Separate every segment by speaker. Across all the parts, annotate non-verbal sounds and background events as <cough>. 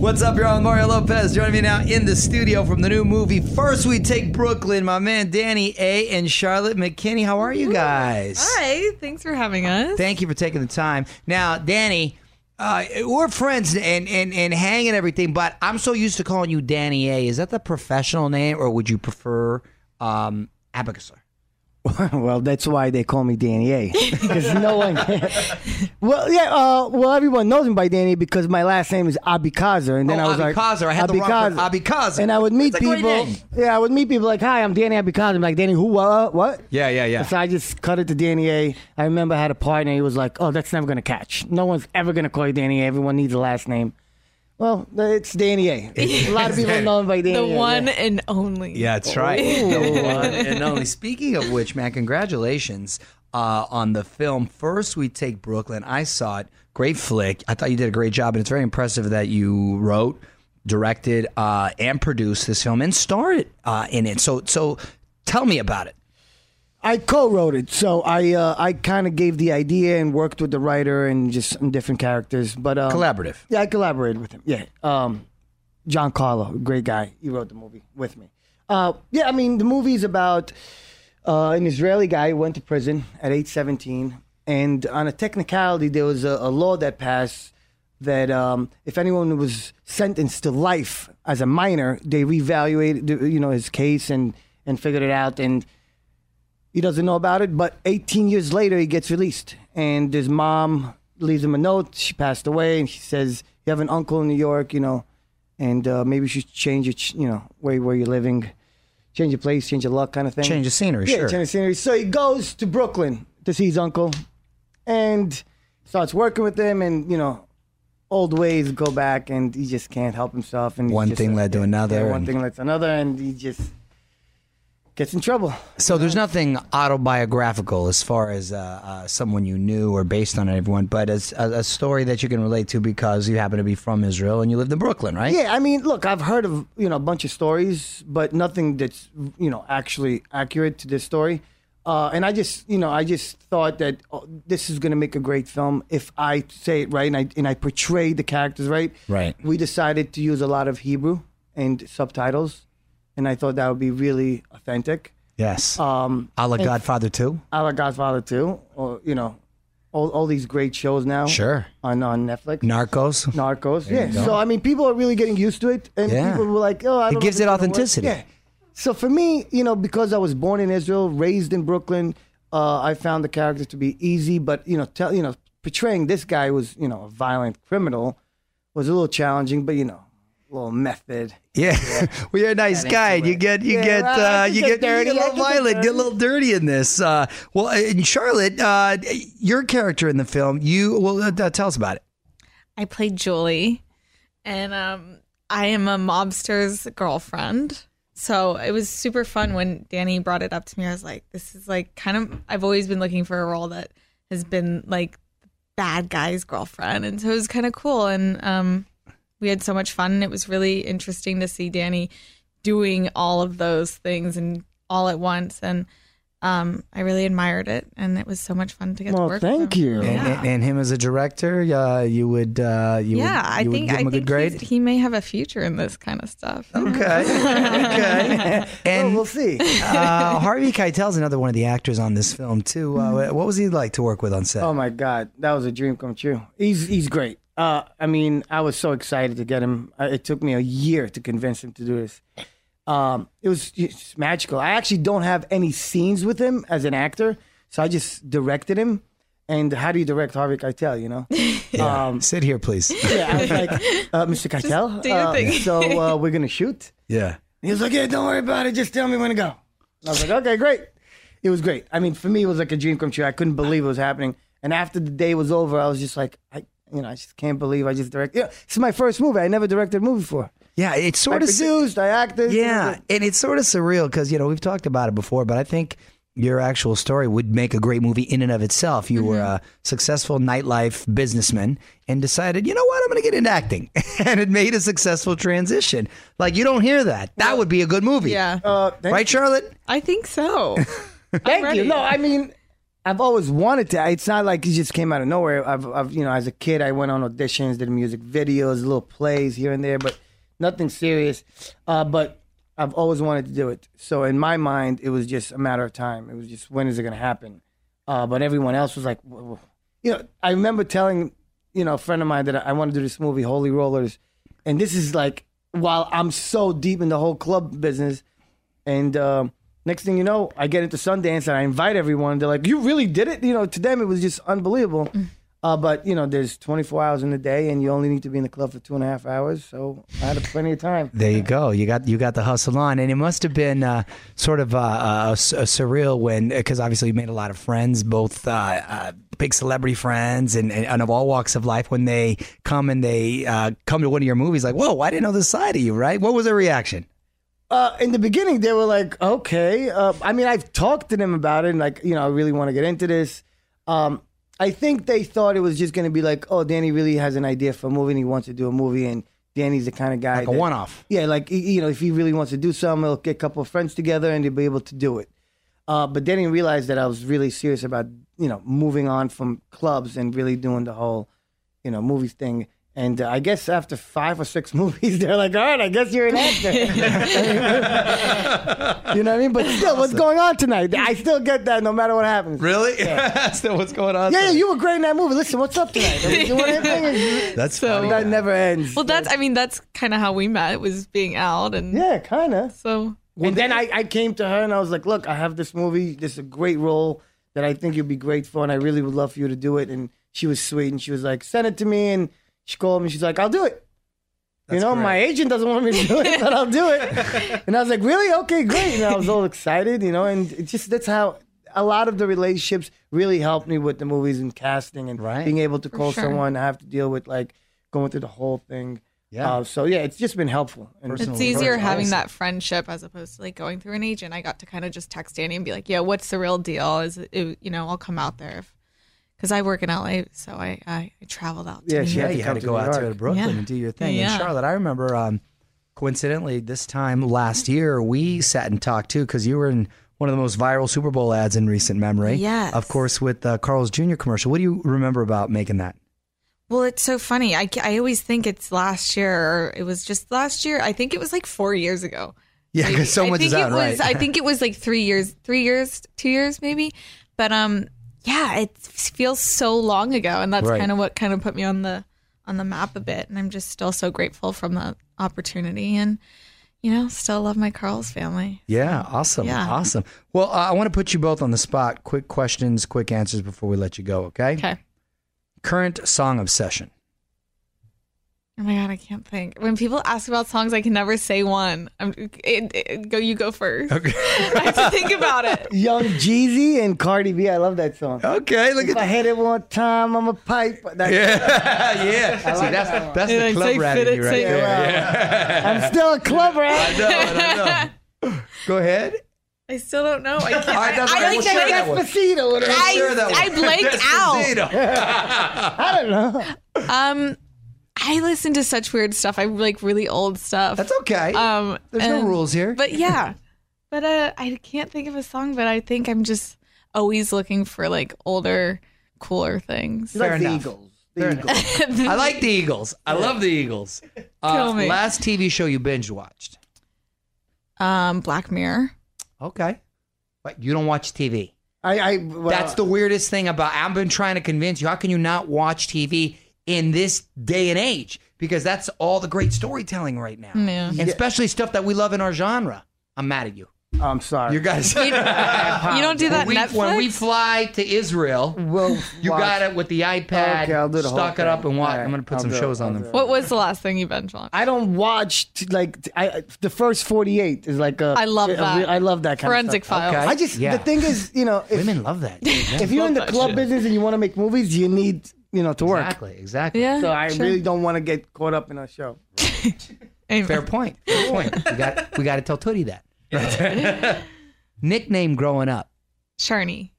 Speaker 1: What's up, y'all? I'm Mario Lopez. Joining me now in the studio from the new movie. First, we take Brooklyn. My man Danny A and Charlotte McKinney. How are you guys?
Speaker 2: Hi. Thanks for having us.
Speaker 1: Thank you for taking the time. Now, Danny, uh, we're friends and and and hang and everything, but I'm so used to calling you Danny A. Is that the professional name, or would you prefer um, Abacusler?
Speaker 3: <laughs> well, that's why they call me Danny A. Because no one. <laughs> well, yeah. Uh, well, everyone knows me by Danny A because my last name is Abikazer, and then
Speaker 1: Oh,
Speaker 3: I was like
Speaker 1: Abikazer. I had the wrong word. Abikazer.
Speaker 3: And I would meet
Speaker 1: It's a great
Speaker 3: people.
Speaker 1: name.
Speaker 3: Yeah, I would meet people like, "Hi, I'm Danny Abikazer." I'm like, "Danny, who? What? What?"
Speaker 4: Yeah, yeah, yeah.
Speaker 3: So I just cut it to Danny A. I remember I had a partner. He was like, "Oh, that's never gonna catch. No one's ever gonna call you Danny A. Everyone needs a last name." Well, it's Danny A. A lot of people know him by Danny
Speaker 2: The
Speaker 3: A. yeah.
Speaker 2: one and only.
Speaker 4: Yeah, that's right. <laughs>
Speaker 1: the one Oh, uh, and only. Speaking of which, man, congratulations uh, on the film. First, we take Brooklyn. I saw it. Great flick. I thought you did a great job, and it's very impressive that you wrote, directed, uh, and produced this film and starred uh, in it. So, so tell me about it.
Speaker 3: I co-wrote it, so I uh, I kind of gave the idea and worked with the writer and just some different characters. But um,
Speaker 1: Collaborative.
Speaker 3: Yeah, I collaborated with him. Yeah, um, John Carlo, great guy. He wrote the movie with me. Uh, yeah, I mean the movie's about uh, an Israeli guy who went to prison at age 17, and on a technicality, there was a, a law that passed that um, if anyone was sentenced to life as a minor, they reevaluated you know his case and and figured it out and he doesn't know about it but 18 years later he gets released and his mom leaves him a note she passed away and she says you have an uncle in new york you know and uh, maybe you should change it you know where, where you're living change your place change your luck kind of thing
Speaker 1: Change the scenery,
Speaker 3: yeah,
Speaker 1: sure.
Speaker 3: change the scenery so he goes to brooklyn to see his uncle and starts working with him and you know old ways go back and he just can't help himself and he's
Speaker 1: One
Speaker 3: just
Speaker 1: thing
Speaker 3: a-
Speaker 1: led to another
Speaker 3: yeah, one
Speaker 1: and-
Speaker 3: thing led to another and he just gets in trouble
Speaker 1: So there's nothing autobiographical as far as uh, uh, someone you knew or based on everyone, but as a, a story that you can relate to because you happen to be from Israel and you lived in Brooklyn, right?
Speaker 3: Yeah, I mean, look, I've heard of you know a bunch of stories, but nothing that's you know actually accurate to this story. Uh, and I just you know I just thought that oh, this is going to make a great film if I say it right and I and I portray the characters right.
Speaker 1: Right.
Speaker 3: We decided to use a lot of Hebrew and subtitles, and I thought that would be really authentic.
Speaker 1: Yes. Um, a la Godfather too.
Speaker 3: a la Godfather too, or you know, all, all these great shows now.
Speaker 1: Sure.
Speaker 3: On on Netflix.
Speaker 1: Narcos.
Speaker 3: Narcos. Yeah. So I mean, people are really getting used to it, and
Speaker 1: Yeah.
Speaker 3: people were like, "Oh, I
Speaker 1: It
Speaker 3: don't know
Speaker 1: gives
Speaker 3: if
Speaker 1: it
Speaker 3: it's gonna work."
Speaker 1: authenticity.
Speaker 3: Yeah. So for me, you know, because I was born in Israel, raised in Brooklyn, uh, I found the character to be easy, but you know, tell you know, portraying this guy was you know a violent criminal was a little challenging, but you know, a little method. <laughs>
Speaker 1: Yeah. <laughs> well, you're a nice guy. and You get you
Speaker 3: Yeah,
Speaker 1: get
Speaker 3: well, I
Speaker 1: uh,
Speaker 3: can
Speaker 1: you
Speaker 3: get
Speaker 1: get,
Speaker 3: dirty,
Speaker 1: you get a
Speaker 3: I
Speaker 1: little
Speaker 3: can get
Speaker 1: violent, get a
Speaker 3: dirty.
Speaker 1: little dirty in this. Uh, well, in Charlotte, uh, your character in the film, you well uh, uh, tell us about it.
Speaker 2: I play Julie, and um, I am a mobster's girlfriend. So it was super fun when Danny brought it up to me. I was like, this is like kind of, I've always been looking for a role that has been like bad guy's girlfriend. And so it was kind of cool. And um, we had so much fun. And it was really interesting to see Danny doing all of those things and all at once. And um, I really admired it. And it was so much fun to get to
Speaker 3: Well,
Speaker 2: work with
Speaker 3: thank
Speaker 2: him.
Speaker 3: you.
Speaker 1: And, and, and him as a director, uh, you would uh, you
Speaker 2: yeah,
Speaker 1: would,
Speaker 2: I
Speaker 1: you would
Speaker 2: think
Speaker 1: give him
Speaker 2: I
Speaker 1: a good
Speaker 2: think he's-
Speaker 1: grade. Oh,
Speaker 2: he may have a future in this kind of stuff.
Speaker 1: Okay. okay.
Speaker 3: Well,
Speaker 1: And
Speaker 3: we'll see.
Speaker 1: uh, Harvey Keitel's another one of the actors on this film too. Uh,
Speaker 3: Mm-hmm.
Speaker 1: what was he like to work with on set?
Speaker 3: Oh my God, that was a dream come true. He's he's great. Uh, I mean, I was so excited to get him. Uh, It took me a year to convince him to do this. Um, it was just magical. I actually don't have any scenes with him as an actor, so I just directed him. And how do you direct Harvey Keitel? You
Speaker 2: <laughs>
Speaker 3: know, um,
Speaker 1: Sit here, please.
Speaker 3: yeah, I was like, uh, Mr. Keitel.
Speaker 2: do your
Speaker 3: uh,
Speaker 2: thing.
Speaker 3: so uh, we're gonna shoot.
Speaker 1: yeah.
Speaker 3: He was like, "Yeah, don't worry about it. Just tell me when to go." And I was like, "Okay, great." It was great. I mean, for me, it was like a dream come true. I couldn't believe it was happening. And after the day was over, I was just like, "I, you know, I just can't believe I just directed. Yeah, this is my first movie. I never directed a movie before.
Speaker 1: Yeah. It's
Speaker 3: I
Speaker 1: sort of
Speaker 3: produced. I acted.
Speaker 1: Yeah, and it's sort of surreal because you know we've talked about it before, but I think your actual story would make a great movie in and of itself. You were
Speaker 3: Mm-hmm.
Speaker 1: a successful nightlife businessman and decided, you know what, I'm going to get into acting, <laughs> and it made a successful transition. Like you don't hear that. That would be a good movie.
Speaker 2: Yeah,
Speaker 3: Uh, thank
Speaker 1: Right, Charlotte?
Speaker 2: I think
Speaker 1: <laughs>
Speaker 2: so.
Speaker 3: Thank
Speaker 2: ready.
Speaker 3: you. No, I mean, I've always wanted to. It's not like it just came out of nowhere. I've, I've, you know, as a kid, I went on auditions, did music videos, little plays here and there, but nothing serious. Uh, but I've always wanted to do it. So in my mind, it was just a matter of time. It was just when is it going to happen? Uh, but everyone else was like, "Whoa, whoa." you know, I remember telling, you know, a friend of mine that I want to do this movie, Holy Rollers, and this is like while I'm so deep in the whole club business. And um, next thing you know, I get into Sundance and I invite everyone. They're like, "You really did it!" You know, to them it was just unbelievable. Uh, but you know, there's 24 hours in a day, and you only need to be in the club for two and a half hours. So I had plenty of time.
Speaker 1: There you go. You got you got the hustle on, and it must have been uh, sort of uh, uh, s- uh, surreal when, because obviously you made a lot of friends, both uh, uh, big celebrity friends and, and of all walks of life. When they come and they uh, come to one of your movies, like, whoa, I didn't know this side of you, right? What was their reaction?
Speaker 3: Uh, in the beginning, they were like, "Okay." Uh, I mean, I've talked to them about it, and like, you know, I really want to get into this. Um, I think they thought it was just going to be like, "Oh, Danny really has an idea for a movie, and he wants to do a movie." And Danny's the kind of guy
Speaker 1: Like a
Speaker 3: that-
Speaker 1: one-off.
Speaker 3: Yeah, like y- you know, if he really wants to do something, he'll get a couple of friends together and he'll be able to do it. Uh, but then he realized that I was really serious about you know moving on from clubs and really doing the whole you know movies thing. And uh, I guess after five or six <laughs> movies, they're like, "All right, I guess you're an actor." <laughs> you know what I mean? But still, what's going on tonight? I still get that no matter what happens.
Speaker 1: Really? <laughs> That's what's going on.
Speaker 3: Yeah, yeah, you were great in that movie. Listen, what's up tonight? You want anything?
Speaker 1: That's
Speaker 2: So-
Speaker 3: That never ends.
Speaker 2: well, that's I mean that's kind of how we met was being out and
Speaker 3: yeah, kind of.
Speaker 2: so
Speaker 3: and then I, I came to her and I was like, look, I have this movie. This is a great role that I think you'd be great for, and I really would love for you to do it. And she was sweet, and she was like, send it to me. And she called me. She's like, I'll do it. you know, my agent doesn't want me to do it, but I'll do
Speaker 1: <laughs>
Speaker 3: it. And I was like, really? Okay, great. And I was all excited, you know. And it just that's how a lot of the relationships really helped me with the movies and casting and
Speaker 1: Right.
Speaker 3: being able to call
Speaker 2: sure.
Speaker 3: someone. I have to deal with like going through the whole thing.
Speaker 1: Yeah.
Speaker 3: Uh, so yeah, it's just been helpful. And
Speaker 1: Personal
Speaker 2: it's easier having that friendship as opposed to like going through an agent. I got to kind of just text Danny and be like, "Yeah, what's the real deal? Is it, you know I'll come out there if because I work in LA, so I I, I traveled out. To
Speaker 3: Yeah,
Speaker 2: New
Speaker 3: she
Speaker 1: Yeah,
Speaker 2: York.
Speaker 3: to
Speaker 1: you had
Speaker 3: come
Speaker 1: to
Speaker 3: to
Speaker 1: go
Speaker 3: New
Speaker 1: out to
Speaker 3: York.
Speaker 1: Brooklyn
Speaker 2: Yeah.
Speaker 1: and do your thing.
Speaker 2: Yeah.
Speaker 1: And Charlotte, I remember um, coincidentally this time last year we sat and talked too because you were in one of the most viral Super Bowl ads in recent memory.
Speaker 2: Yes.
Speaker 1: of course with uh, Carl's Jr. commercial. What do you remember about making that?
Speaker 2: Well, it's so funny. I, I always think it's last year or it was just last year. I think it was like four years ago.
Speaker 1: Yeah,
Speaker 2: maybe.
Speaker 1: because so
Speaker 2: I
Speaker 1: much
Speaker 2: think
Speaker 1: is out,
Speaker 2: it was,
Speaker 1: right?
Speaker 2: I think it was like three years, three years, two years maybe. But um, yeah, it feels so long ago, and that's
Speaker 1: Right.
Speaker 2: kind of what kind of put me on the on the map a bit. And I'm just still so grateful from that opportunity, and you know, still love my Carl's family.
Speaker 1: Yeah, awesome.
Speaker 2: Yeah.
Speaker 1: Awesome. Well, uh, I want to put you both on the spot. Quick questions, quick answers before we let you go, okay?
Speaker 2: Okay.
Speaker 1: Current song obsession.
Speaker 2: Oh my god, I can't think. When people ask about songs, I can never say one. I'm it, it, go. You go first. Okay. <laughs> I have to think
Speaker 1: <laughs>
Speaker 2: about it.
Speaker 3: Young Jeezy and Cardi B. I love that song.
Speaker 1: Okay, look
Speaker 3: If I hit it one time, I'm a pipe. That's,
Speaker 1: <laughs>
Speaker 3: yeah.
Speaker 1: yeah. See, that's, that's
Speaker 2: Yeah,
Speaker 1: the
Speaker 2: like,
Speaker 1: club
Speaker 2: say
Speaker 1: rat
Speaker 2: fit
Speaker 1: in
Speaker 2: it,
Speaker 1: you right
Speaker 2: say-
Speaker 1: there.
Speaker 3: I'm still a club rat.
Speaker 1: No, no, no. Go ahead.
Speaker 2: I still don't
Speaker 1: <laughs>
Speaker 2: know. I can't.
Speaker 1: right, that's
Speaker 2: I,
Speaker 1: right.
Speaker 2: I,
Speaker 1: We'll
Speaker 2: like-
Speaker 1: share that one.
Speaker 3: Despacito, whatever.
Speaker 2: I,
Speaker 1: Share that one.
Speaker 2: I blanked out.
Speaker 1: Despacito.
Speaker 3: I don't know.
Speaker 2: Um, I listen to such weird stuff. I like really old stuff.
Speaker 1: That's okay.
Speaker 2: Um,
Speaker 1: There's no
Speaker 2: and-
Speaker 1: rules here.
Speaker 2: But yeah, but uh, I can't think of a song. But I think I'm just always looking for like older, cooler things.
Speaker 3: You like the
Speaker 1: enough.
Speaker 3: Eagles. The Eagles.
Speaker 1: I like the Eagles. I love the
Speaker 2: <laughs>
Speaker 1: Eagles. Uh,
Speaker 2: Kill me.
Speaker 1: Last TV show you binge watched.
Speaker 2: Um, Black Mirror.
Speaker 1: Okay. But you don't watch TV.
Speaker 3: I, I, well,
Speaker 1: That's the weirdest thing about. I've been trying to convince you. How can you not watch TV in this day and age? Because that's all the great storytelling right now,
Speaker 2: Yeah.
Speaker 1: and especially stuff that we love in our genre. I'm mad at you.
Speaker 3: I'm sorry.
Speaker 1: You guys.
Speaker 2: You don't do
Speaker 1: <laughs>
Speaker 2: that
Speaker 1: we,
Speaker 2: Netflix.
Speaker 1: when we fly to Israel,
Speaker 3: well,
Speaker 1: you
Speaker 3: watch.
Speaker 1: got it with the iPad.
Speaker 3: Okay, I'll do the whole
Speaker 1: stock it up
Speaker 3: thing.
Speaker 1: and watch.
Speaker 3: All right,
Speaker 1: I'm going to put
Speaker 3: I'll
Speaker 1: some
Speaker 3: do it,
Speaker 1: shows
Speaker 3: I'll
Speaker 1: on
Speaker 3: do
Speaker 1: them.
Speaker 2: what was the last thing you binge on?
Speaker 3: I don't watch t- like t- I the first 48 is like a
Speaker 2: I love
Speaker 3: a
Speaker 2: that.
Speaker 3: re- I love that kind
Speaker 2: Forensic
Speaker 3: of stuff.
Speaker 2: file.
Speaker 1: Okay.
Speaker 3: I just
Speaker 1: Yeah.
Speaker 3: the thing is, you know, if,
Speaker 1: Women love that.
Speaker 3: <laughs> if you're in the
Speaker 2: that
Speaker 3: club
Speaker 2: shit.
Speaker 3: business and you want to make movies, you need you know to work.
Speaker 1: exactly. Exactly.
Speaker 2: Yeah.
Speaker 3: So I
Speaker 2: sure.
Speaker 3: really don't want to get caught up in a show.
Speaker 2: Anyway.
Speaker 1: Fair point.
Speaker 3: <laughs>
Speaker 1: Fair point. We got we got to tell Tootie that. Nickname growing up,
Speaker 2: Sharny.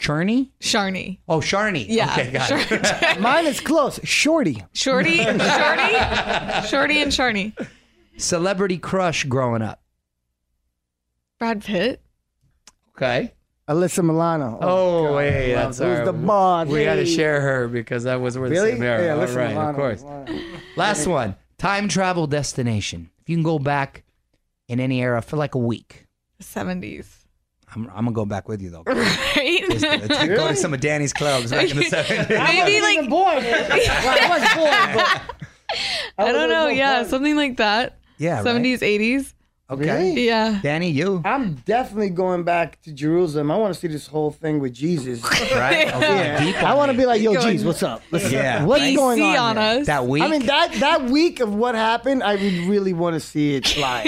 Speaker 1: Churny.
Speaker 2: Sharny.
Speaker 1: Oh, Sharny.
Speaker 2: Yeah.
Speaker 1: Okay, got it.
Speaker 2: Shar-
Speaker 3: Mine is close, shorty.
Speaker 2: Shorty. Sharny. Shorty and Sharny.
Speaker 1: Celebrity crush growing up.
Speaker 2: Brad Pitt.
Speaker 1: Okay.
Speaker 3: Alyssa Milano.
Speaker 1: Oh, wait,
Speaker 3: God.
Speaker 1: that's
Speaker 3: Who's
Speaker 1: our-
Speaker 3: the bond?
Speaker 1: We got to
Speaker 3: Hey.
Speaker 1: share her because that was where the
Speaker 3: Really?
Speaker 1: same era.
Speaker 3: Yeah,
Speaker 1: All
Speaker 3: Alyssa
Speaker 1: right,
Speaker 3: Milano.
Speaker 1: of course.
Speaker 3: Milano.
Speaker 1: Last one. Time travel destination. If you can go back in any era for like a week,
Speaker 2: The 70s.
Speaker 1: I'm, I'm gonna go back with you
Speaker 3: <laughs>
Speaker 1: though.
Speaker 2: <laughs> Right?
Speaker 1: Go to some of Danny's clubs back
Speaker 3: <laughs>
Speaker 1: in the 70s.
Speaker 2: Maybe
Speaker 3: I
Speaker 2: like
Speaker 3: wasn't born. <laughs> yet. Well, I was born, but
Speaker 2: I don't
Speaker 3: wasn't
Speaker 2: know,
Speaker 3: even
Speaker 2: yeah,
Speaker 3: born.
Speaker 2: something like that.
Speaker 1: Yeah, right?
Speaker 2: 70s, 80s.
Speaker 1: Okay.
Speaker 3: Really?
Speaker 2: Yeah.
Speaker 1: Danny,
Speaker 3: <laughs>
Speaker 1: you.
Speaker 3: I'm definitely going back to Jerusalem. I want to see this whole thing with Jesus.
Speaker 1: Right? Okay, deep
Speaker 3: I
Speaker 1: on
Speaker 3: want to
Speaker 1: it.
Speaker 3: be like, yo,
Speaker 2: Going-
Speaker 3: Jesus, what's up? Listen,
Speaker 1: Yeah.
Speaker 3: what's
Speaker 2: DC
Speaker 3: going on?
Speaker 2: on,
Speaker 3: here?
Speaker 2: us. <laughs>
Speaker 1: that week.
Speaker 3: I mean that that week of what happened, I would really want to see it live.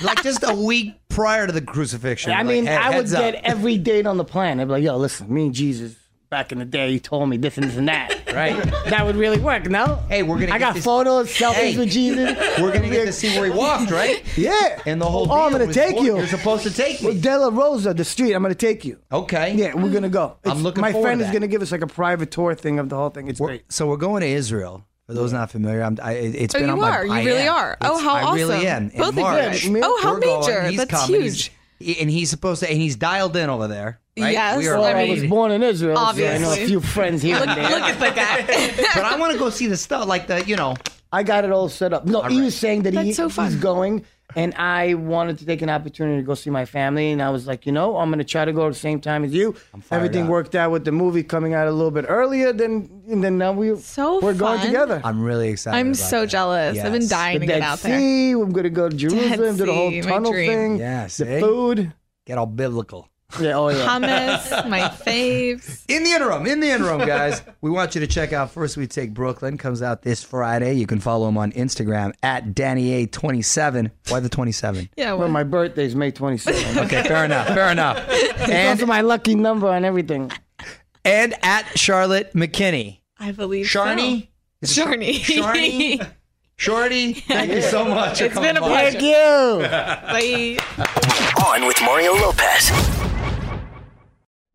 Speaker 1: like just a week prior to the crucifixion.
Speaker 3: <laughs> I
Speaker 1: Like,
Speaker 3: mean,
Speaker 1: he-
Speaker 3: I would
Speaker 1: heads up.
Speaker 3: get every date on the planet. I'd be like, yo, listen, me and Jesus back in the day, he told me this and this
Speaker 1: <laughs>
Speaker 3: and that.
Speaker 1: right.
Speaker 3: That would really work, no?
Speaker 1: Hey, we're gonna.
Speaker 3: I
Speaker 1: get
Speaker 3: got
Speaker 1: this-
Speaker 3: photos, selfies
Speaker 1: Hey.
Speaker 3: with Jesus.
Speaker 1: <laughs> We're gonna get to see
Speaker 3: <laughs>
Speaker 1: where he walked, right?
Speaker 3: Yeah.
Speaker 1: And the whole.
Speaker 3: Oh, I'm
Speaker 1: deal
Speaker 3: gonna
Speaker 1: was,
Speaker 3: take
Speaker 1: "Oh,
Speaker 3: you.
Speaker 1: You're supposed to take
Speaker 3: Well,
Speaker 1: me.
Speaker 3: De La Rosa, the street. I'm gonna take you.
Speaker 1: Okay.
Speaker 3: Yeah, we're gonna go.
Speaker 1: I'm
Speaker 3: It's-
Speaker 1: looking
Speaker 3: My
Speaker 1: forward
Speaker 3: friend
Speaker 1: to
Speaker 3: is
Speaker 1: that.
Speaker 3: gonna give us like a private tour thing of the whole thing. It's
Speaker 1: We're-
Speaker 3: great.
Speaker 1: so we're going to Israel. For those not familiar, I'm, I, it- it's
Speaker 2: Oh,
Speaker 1: been
Speaker 2: you
Speaker 1: on my.
Speaker 2: are. You
Speaker 1: I
Speaker 2: really
Speaker 1: am.
Speaker 2: are. Oh,
Speaker 1: It's-
Speaker 2: how
Speaker 1: I really
Speaker 2: awesome.
Speaker 1: am. In
Speaker 2: Both of you.
Speaker 1: March,
Speaker 3: Yeah, me-
Speaker 2: Oh, how
Speaker 1: we're going,
Speaker 2: major.
Speaker 1: he's
Speaker 2: That's
Speaker 1: coming, he's-
Speaker 2: huge.
Speaker 1: and he's supposed to, and he's dialed in over there. Right?
Speaker 2: Yes,
Speaker 1: We are
Speaker 2: I
Speaker 3: I
Speaker 1: ready <laughs>
Speaker 3: was
Speaker 1: to-
Speaker 3: born in Israel. So I know
Speaker 2: Obviously.
Speaker 3: a few friends here
Speaker 2: Look,
Speaker 3: and there.
Speaker 2: look at the guy.
Speaker 1: but I want to go see the stuff, like the you know.
Speaker 3: I got it all set up. No, he was saying that he,
Speaker 2: That's so
Speaker 3: he's
Speaker 2: fun.
Speaker 3: going, and I wanted to take an opportunity to go see my family, and I was like, you know, I'm gonna try to go at the same time as you.
Speaker 1: fired
Speaker 3: Everything
Speaker 1: up.
Speaker 3: worked out with the movie coming out a little bit earlier than, and then now we
Speaker 2: So
Speaker 3: we're going
Speaker 2: fun.
Speaker 3: together.
Speaker 1: I'm really excited.
Speaker 2: I'm
Speaker 1: about
Speaker 2: so
Speaker 1: that.
Speaker 2: jealous. I've been
Speaker 1: Yes.
Speaker 3: the
Speaker 2: dying to get
Speaker 3: Dead
Speaker 2: out there.
Speaker 3: Sea. I'm gonna go to Jerusalem, do the
Speaker 2: Sea,
Speaker 3: whole
Speaker 2: my
Speaker 3: tunnel
Speaker 2: dream.
Speaker 3: thing.
Speaker 1: Yes,
Speaker 3: the
Speaker 1: eh?
Speaker 3: food.
Speaker 1: Get all biblical.
Speaker 3: Yeah, oh yeah.
Speaker 1: <laughs>
Speaker 2: Hummus, my faves.
Speaker 1: In the interim, in the interim, guys, <laughs> we want you to check out First We Take Brooklyn. Comes out this Friday. You can follow him on Instagram at DannyA27. Why the 27?
Speaker 2: Yeah,
Speaker 3: Well,
Speaker 2: well,
Speaker 3: my birthday's May
Speaker 1: <laughs>
Speaker 3: 27th. <laughs>
Speaker 1: Okay, fair enough, fair <laughs> enough.
Speaker 3: That's
Speaker 1: And,
Speaker 3: my lucky number on everything.
Speaker 1: and at Charlotte McKinney.
Speaker 2: I believe <laughs>
Speaker 1: Sharny?
Speaker 2: So. Sharny.
Speaker 1: Sharny? Shorty, thank you so much.
Speaker 2: It's been a
Speaker 3: Thank
Speaker 2: pleasure.
Speaker 3: you.
Speaker 2: <laughs> Bye.
Speaker 5: On with Mario Lopez.